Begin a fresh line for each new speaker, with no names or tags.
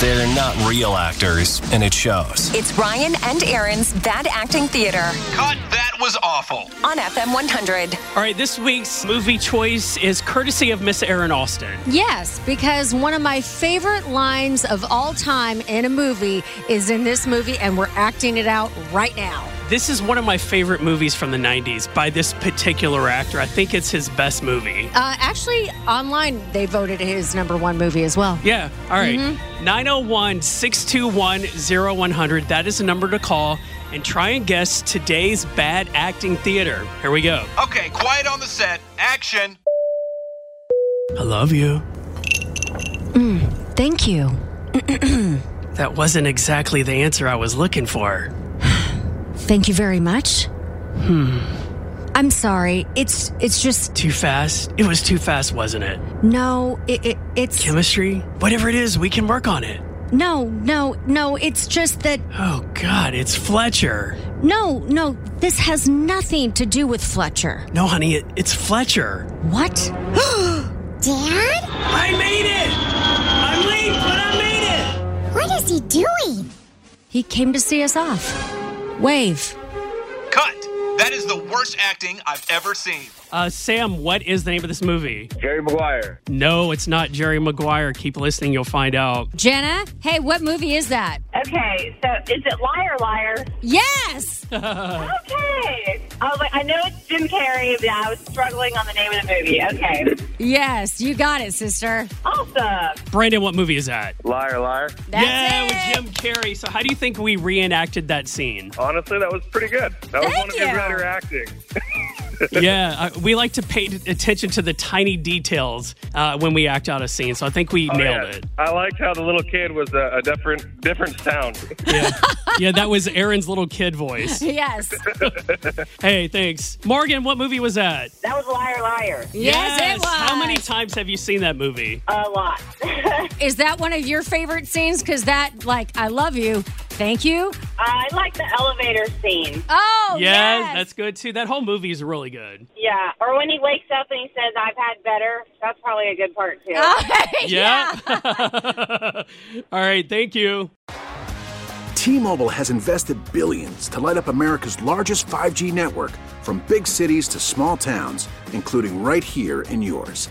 They're not real actors, and it shows.
It's Ryan and Aaron's Bad Acting Theater
Cut, that was awful.
on FM 100.
All right, this week's movie choice is courtesy of Miss Erin Austin.
Yes, because one of my favorite lines of all time in a movie is in this movie, and we're acting it out right now.
This is one of my favorite movies from the 90s by this particular actor. I think it's his best movie.
Uh, actually, online they voted his number one movie as well.
Yeah, all right. 901 621 0100. That is the number to call and try and guess today's bad acting theater. Here we go.
Okay, quiet on the set. Action.
I love you.
Thank you.
That wasn't exactly the answer I was looking for.
Thank you very much. Hmm. I'm sorry. It's it's just
Too fast? It was too fast, wasn't it?
no. It, it it's
Chemistry? Whatever it is, we can work on it.
no no no. It's just that
Oh, God, it's Fletcher.
no no. This has nothing to do with Fletcher.
No, honey, it, it's Fletcher.
What?
Dad?
I made it! I'm late, but I made it!
What is he doing?
He came to see us off. Wave.
Cut. That is the worst acting I've ever seen.
Uh, Sam, what is the name of this movie?
Jerry Maguire.
No, it's not Jerry Maguire. Keep listening, you'll find out.
Jenna, hey, what movie is that?
Okay, so is it Liar Liar?
Yes!
Okay. I was like, I know it's Jim Carrey, but I was struggling on the name of the movie. Okay.
Yes, you got it, sister.
Awesome.
Brandon, what movie is that?
Liar, liar.
That's
yeah,
it.
with Jim Carrey. So, how do you think we reenacted that scene?
Honestly, that was pretty good. That was
Thank
one of
you.
his better acting.
yeah, uh, we like to pay attention to the tiny details uh, when we act out a scene. So, I think we nailed
Oh, Yeah.
it.
I liked how the little kid was a, a different different sound.
Yeah, that was Aaron's little kid voice.
Yes.
Hey, thanks. Morgan, what movie was that?
That was Liar Liar.
Yes, it was. Oh,
How many times have you seen that movie?
A lot.
Is that one of your favorite scenes? Because that, like, I love you. Thank you.
I like the elevator scene.
Oh, yes.
that's good too. That whole movie is really good.
Yeah. Or when he wakes up and he says, I've had better. That's probably a good part, too.
Yeah. All right, thank you.
T-Mobile has invested billions to light up America's largest 5G network from big cities to small towns, including right here in yours.